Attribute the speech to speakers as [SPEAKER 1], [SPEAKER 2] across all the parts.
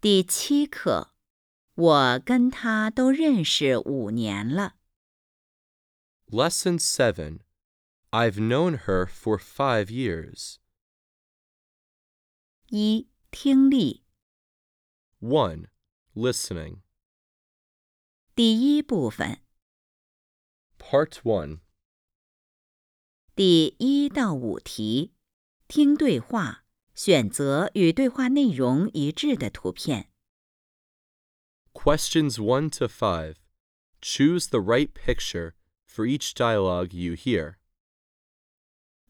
[SPEAKER 1] 第七课，我跟他都认识五年了。
[SPEAKER 2] Lesson 7 I've known her for five years.
[SPEAKER 1] 一、听力
[SPEAKER 2] 1. Listening.
[SPEAKER 1] 第一部分
[SPEAKER 2] Part 1.
[SPEAKER 1] 第一到五题，听对话，选择与对话内容一致的图片。
[SPEAKER 2] Questions 1 to 5. Choose the right picture for each dialogue you hear.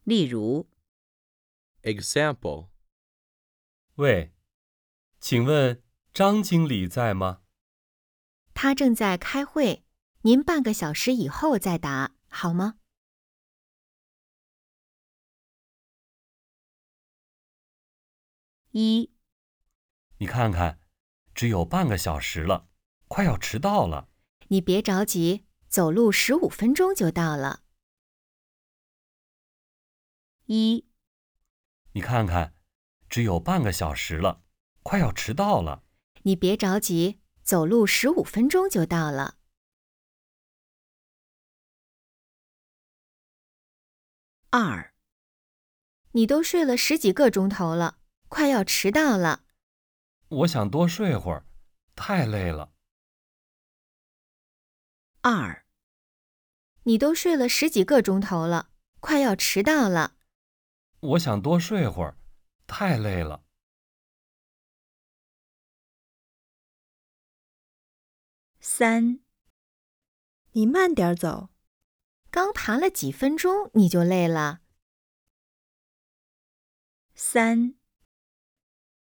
[SPEAKER 1] 例如，
[SPEAKER 2] Example
[SPEAKER 3] 喂，请问张经理在吗？
[SPEAKER 4] 他正在开会，您半个小时以后再答好吗？
[SPEAKER 1] 一、
[SPEAKER 3] 你看看，只有半个小时了，快要迟到了。
[SPEAKER 4] 你别着急，走路十五分钟就到了。
[SPEAKER 1] 一、
[SPEAKER 3] 你看看，只有半个小时了，快要迟到了。
[SPEAKER 4] 你别着急，走路十五分钟就到了。
[SPEAKER 1] 二、
[SPEAKER 4] 你都睡了十几个钟头了，快要迟到了。
[SPEAKER 3] 我想多睡会儿，太累了。
[SPEAKER 1] 二、
[SPEAKER 4] 你都睡了十几个钟头了，快要迟到了。
[SPEAKER 3] 我想多睡会儿，太累了。
[SPEAKER 1] 三、
[SPEAKER 5] 你慢点儿走，
[SPEAKER 4] 刚谈了几分钟你就累了。
[SPEAKER 1] 三、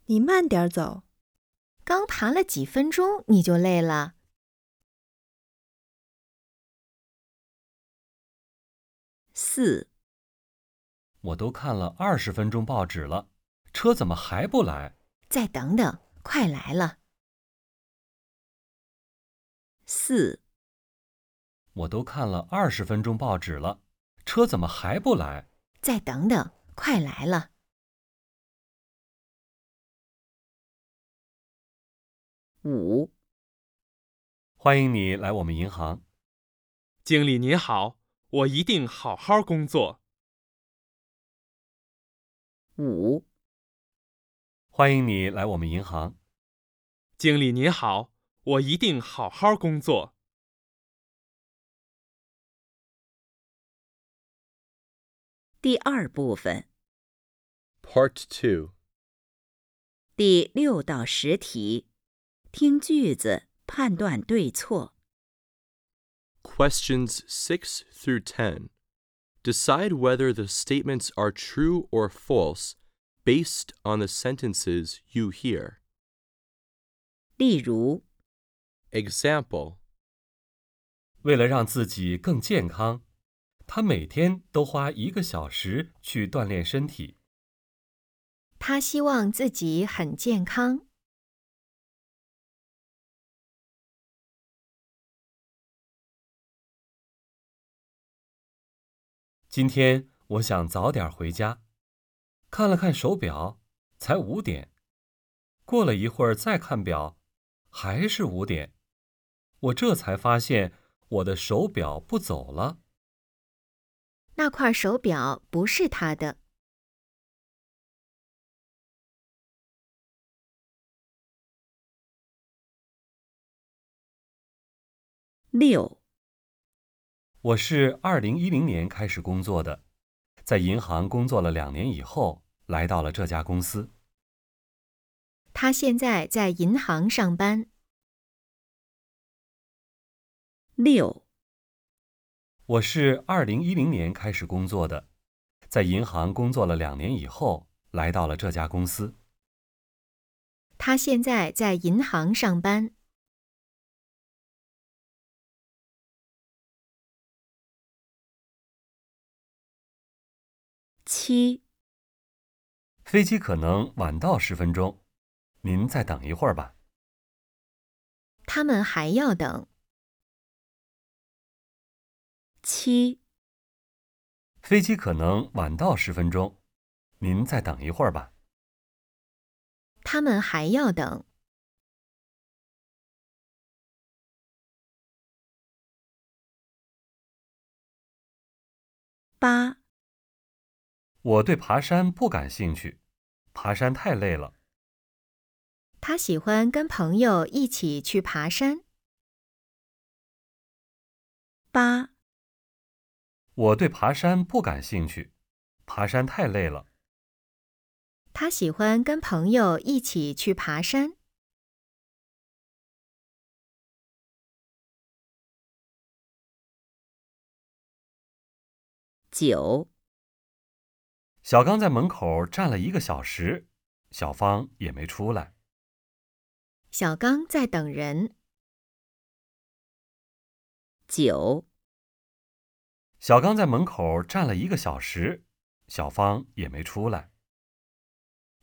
[SPEAKER 5] 你慢点儿走，
[SPEAKER 4] 刚谈了几分钟你就累了。
[SPEAKER 1] 四、
[SPEAKER 3] 我都看了二十分钟报纸了，车怎么还不来？
[SPEAKER 4] 再等等，快来了。
[SPEAKER 1] 四、
[SPEAKER 3] 我都看了二十分钟报纸了，车怎么还不来？
[SPEAKER 4] 再等等，快来了。
[SPEAKER 1] 五、
[SPEAKER 3] 欢迎你来我们银行。
[SPEAKER 6] 经理您好，我一定好好工作。
[SPEAKER 1] 五、
[SPEAKER 3] 欢迎你来我们银行。
[SPEAKER 6] 经理您好，我一定好好工作。
[SPEAKER 1] 第二部分
[SPEAKER 2] Part 2.
[SPEAKER 1] 第六到十题，听句子判断对错。
[SPEAKER 2] Questions 6 through 10. Decide whether the statements are true or false based on the sentences you hear.
[SPEAKER 1] 例如，
[SPEAKER 2] Example
[SPEAKER 3] 为了让自己更健康，他每天都花一个小时去锻炼身体。
[SPEAKER 4] 他希望自己很健康。
[SPEAKER 3] 今天我想早点回家，看了看手表，才五点。过了一会儿再看表，还是五点。我这才发现我的手表不走了。
[SPEAKER 4] 那块手表不是他的。
[SPEAKER 1] 六、
[SPEAKER 3] 我是二零一零年开始工作的，在银行工作了两年以后，来到了这家公司。
[SPEAKER 4] 他现在在银行上班。
[SPEAKER 1] 六、
[SPEAKER 3] 我是二零一零年开始工作的，在银行工作了两年以后，来到了这家公司。
[SPEAKER 4] 他现在在银行上班。
[SPEAKER 1] 七、
[SPEAKER 3] 飞机可能晚到十分钟，您再等一会儿吧。
[SPEAKER 4] 他们还要等。
[SPEAKER 1] 七、
[SPEAKER 3] 飞机可能晚到十分钟，您再等一会儿吧。
[SPEAKER 4] 他们还要等。
[SPEAKER 1] 八、
[SPEAKER 3] 我对爬山不感兴趣，爬山太累了。
[SPEAKER 4] 他喜欢跟朋友一起去爬山。
[SPEAKER 1] 八、
[SPEAKER 3] 我对爬山不感兴趣，爬山太累了。
[SPEAKER 4] 他喜欢跟朋友一起去爬山。
[SPEAKER 1] 九、
[SPEAKER 3] 小刚在门口站了一个小时，小芳也没出来。
[SPEAKER 4] 小刚在等人。
[SPEAKER 1] 九、
[SPEAKER 3] 小刚在门口站了一个小时，小芳也没出来。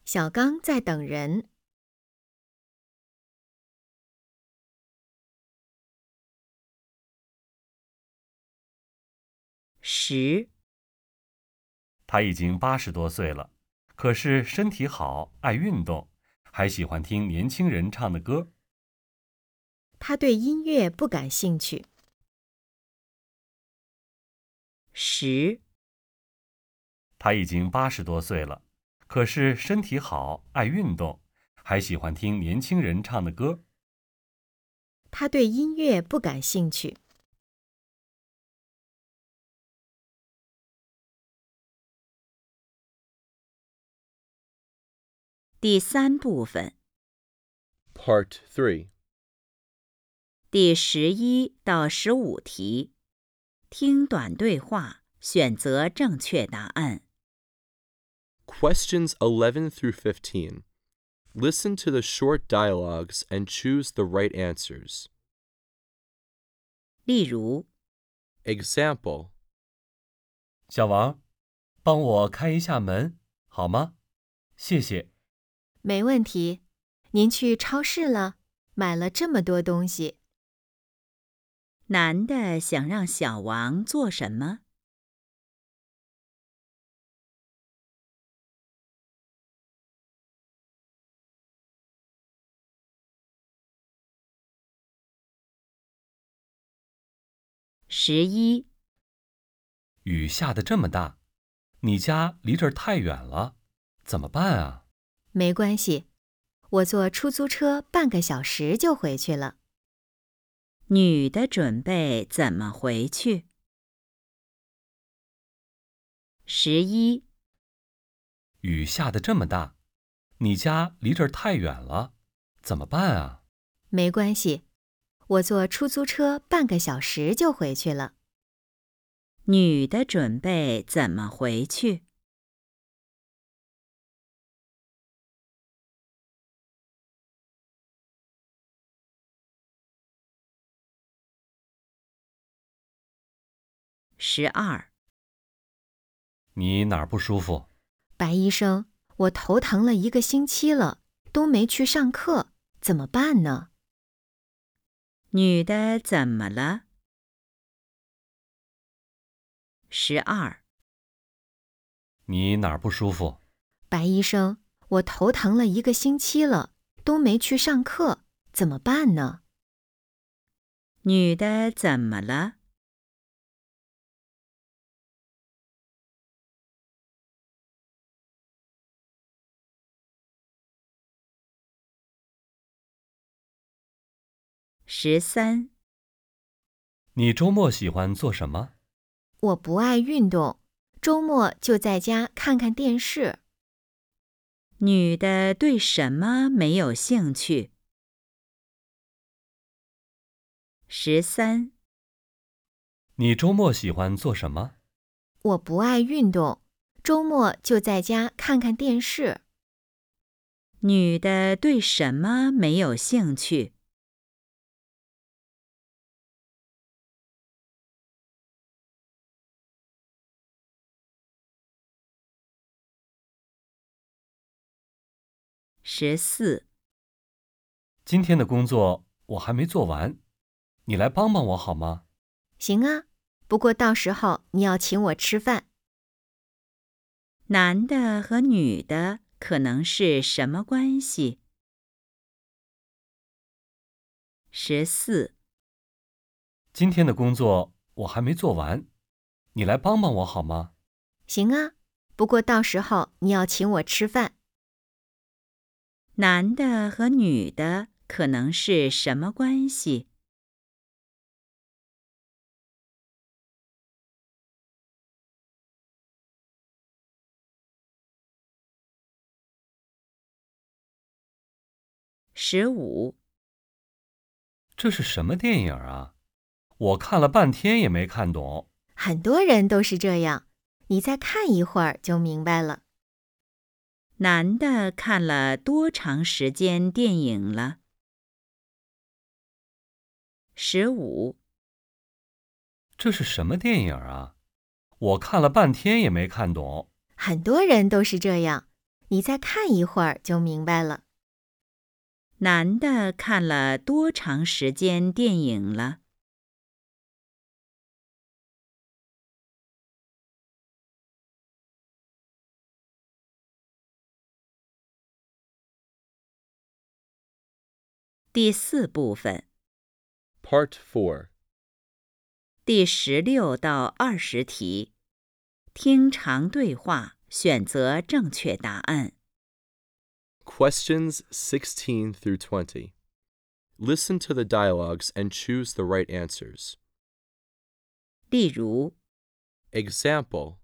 [SPEAKER 4] 小刚在等人。
[SPEAKER 1] 十、
[SPEAKER 3] 他已经八十多岁了，可是身体好，爱运动，还喜欢听年轻人唱的歌。
[SPEAKER 4] 他对音乐不感兴趣。
[SPEAKER 1] 十、
[SPEAKER 3] 他已经八十多岁了，可是身体好，爱运动，还喜欢听年轻人唱的歌。
[SPEAKER 4] 他对音乐不感兴趣。
[SPEAKER 1] 第三部分
[SPEAKER 2] Part 3.
[SPEAKER 1] 第十一到十五题，听短对话，选择正确答案。
[SPEAKER 2] Questions 11 through 15. Listen to the short dialogues and choose the right answers.
[SPEAKER 1] 例如，
[SPEAKER 2] Example
[SPEAKER 3] 小王，帮我开一下门好吗？谢谢。
[SPEAKER 4] 没问题。您去超市了，买了这么多东西。
[SPEAKER 1] 男的想让小王做什么？十一、
[SPEAKER 3] 雨下得这么大，你家离这儿太远了，怎么办啊？
[SPEAKER 4] 没关系，我坐出租车半个小时就回去了。
[SPEAKER 1] 女的准备怎么回去？十一、
[SPEAKER 3] 雨下得这么大，你家离这儿太远了，怎么办啊？
[SPEAKER 4] 没关系，我坐出租车半个小时就回去了。
[SPEAKER 1] 女的准备怎么回去？十二、
[SPEAKER 3] 你哪儿不舒服？
[SPEAKER 4] 白医生，我头疼了一个星期了，都没去上课，怎么办呢？
[SPEAKER 1] 女的怎么了？十二、
[SPEAKER 3] 你哪儿不舒服？
[SPEAKER 4] 白医生，我头疼了一个星期了，都没去上课，怎么办呢？
[SPEAKER 1] 女的怎么了？十三、
[SPEAKER 3] 你周末喜欢做什么？
[SPEAKER 4] 我不爱运动，周末就在家看看电视。
[SPEAKER 1] 女的对什么没有兴趣？十三、
[SPEAKER 3] 你周末喜欢做什么？
[SPEAKER 4] 我不爱运动，周末就在家看看电视。
[SPEAKER 1] 女的对什么没有兴趣？十四、
[SPEAKER 3] 今天的工作我还没做完，你来帮帮我好吗？
[SPEAKER 4] 行啊，不过到时候你要请我吃饭。
[SPEAKER 1] 男的和女的可能是什么关系？十四、
[SPEAKER 3] 今天的工作我还没做完，你来帮帮我好吗？
[SPEAKER 4] 行啊，不过到时候你要请我吃饭。
[SPEAKER 1] 男的和女的可能是什么关系？十五，
[SPEAKER 3] 这是什么电影啊？我看了半天也没看懂。
[SPEAKER 4] 很多人都是这样，你再看一会儿就明白了。
[SPEAKER 1] 男的看了多长时间电影了？十五，
[SPEAKER 3] 这是什么电影啊？我看了半天也没看懂。
[SPEAKER 4] 很多人都是这样，你再看一会儿就明白了。
[SPEAKER 1] 男的看了多长时间电影了？第四部分
[SPEAKER 2] Part 4.
[SPEAKER 1] 第十六到二十题，听长对话，选择正确答案。
[SPEAKER 2] Questions 16 through 20. Listen to the dialogues and choose the right answers.
[SPEAKER 1] 例如，
[SPEAKER 2] Example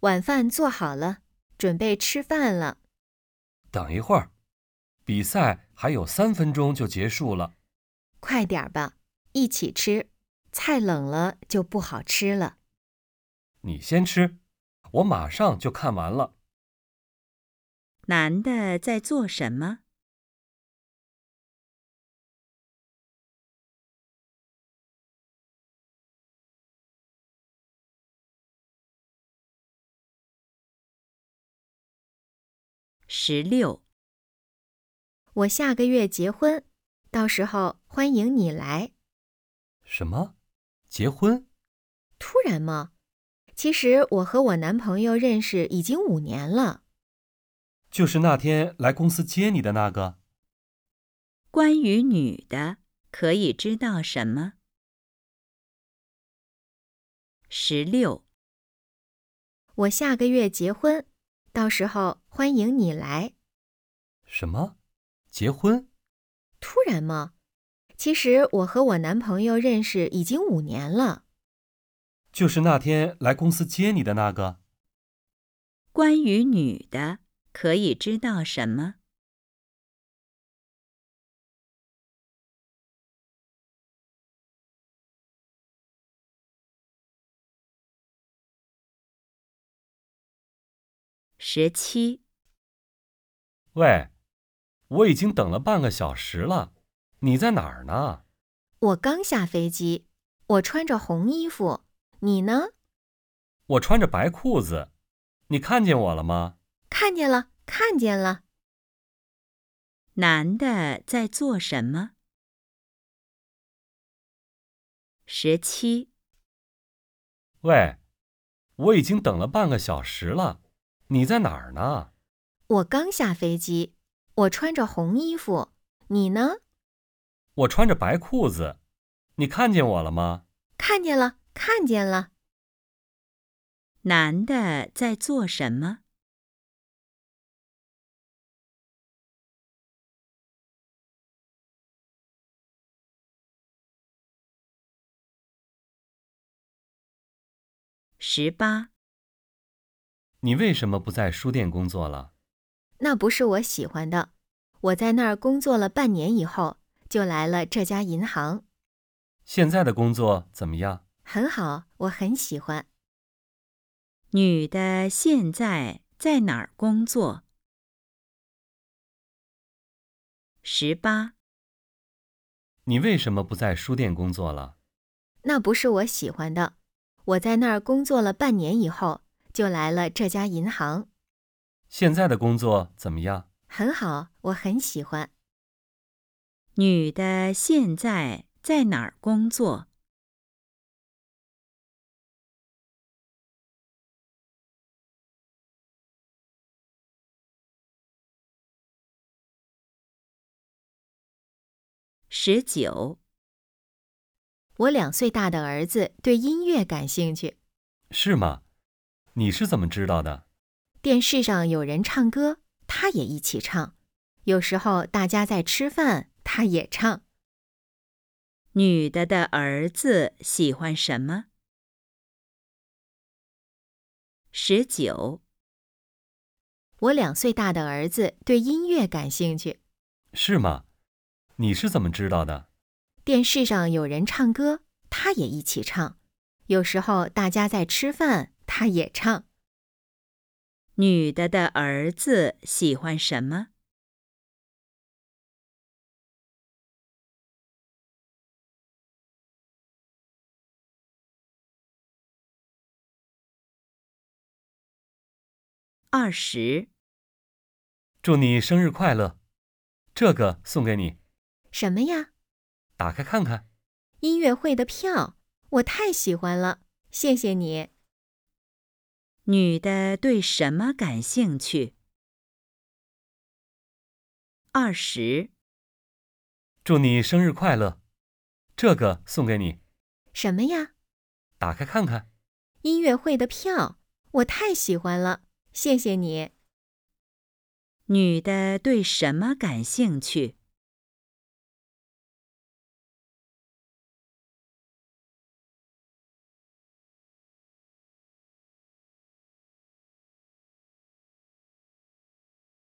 [SPEAKER 4] 晚饭做好了，准备吃饭了。
[SPEAKER 3] 等一会儿，比赛还有三分钟就结束了。
[SPEAKER 4] 快点儿吧，一起吃。菜冷了就不好吃了。
[SPEAKER 3] 你先吃，我马上就看完了。
[SPEAKER 1] 男的在做什么？十六，
[SPEAKER 4] 我下个月结婚，到时候欢迎你来。
[SPEAKER 3] 什么？结婚？
[SPEAKER 4] 突然吗？其实我和我男朋友认识已经五年了。
[SPEAKER 3] 就是那天来公司接你的那个？
[SPEAKER 1] 关于女的可以知道什么？十六，
[SPEAKER 4] 我下个月结婚，到时候欢迎你来。
[SPEAKER 3] 什么？结婚？
[SPEAKER 4] 突然吗？其实我和我男朋友认识已经五年了。
[SPEAKER 3] 就是那天来公司接你的那个？
[SPEAKER 1] 关于女的可以知道什么？十七，
[SPEAKER 3] 喂，我已经等了半个小时了，你在哪儿呢？
[SPEAKER 4] 我刚下飞机，我穿着红衣服，你呢？
[SPEAKER 3] 我穿着白裤子，你看见我了吗？
[SPEAKER 4] 看见了，看见了。
[SPEAKER 1] 男的在做什么？十七，
[SPEAKER 3] 喂，我已经等了半个小时了，你在哪儿呢？
[SPEAKER 4] 我刚下飞机，我穿着红衣服，你呢？
[SPEAKER 3] 我穿着白裤子，你看见我了吗？
[SPEAKER 4] 看见了，看见了。
[SPEAKER 1] 男的在做什么？十八，
[SPEAKER 3] 你为什么不在书店工作了？
[SPEAKER 4] 那不是我喜欢的。我在那儿工作了半年以后，就来了这家银行，
[SPEAKER 3] 现在的工作怎么样？
[SPEAKER 4] 很好，我很喜欢。
[SPEAKER 1] 女的现在在哪儿工作？十八，
[SPEAKER 3] 你为什么不在书店工作了？
[SPEAKER 4] 那不是我喜欢的。我在那儿工作了半年以后，就来了这家银行，
[SPEAKER 3] 现在的工作怎么样？
[SPEAKER 4] 很好，我很喜欢。
[SPEAKER 1] 女的现在在哪儿工作？十九，
[SPEAKER 4] 我两岁大的儿子对音乐感兴趣，
[SPEAKER 3] 是吗？你是怎么知道的？
[SPEAKER 4] 电视上有人唱歌，他也一起唱；有时候大家在吃饭，他也唱。
[SPEAKER 1] 女的的儿子喜欢什么？十九，
[SPEAKER 4] 我两岁大的儿子对音乐感兴趣，
[SPEAKER 3] 是吗？你是怎么知道的？
[SPEAKER 4] 电视上有人唱歌，他也一起唱；有时候大家在吃饭，他也唱。
[SPEAKER 1] 女的的儿子喜欢什么？二十，
[SPEAKER 3] 祝你生日快乐，这个送给你，
[SPEAKER 4] 什么呀？
[SPEAKER 3] 打开看看。
[SPEAKER 4] 音乐会的票，我太喜欢了，谢谢你。
[SPEAKER 1] 女的对什么感兴趣？二十，
[SPEAKER 3] 祝你生日快乐，这个送给你，
[SPEAKER 4] 什么呀？
[SPEAKER 3] 打开看看。
[SPEAKER 4] 音乐会的票，我太喜欢了，谢谢你。
[SPEAKER 1] 女的对什么感兴趣？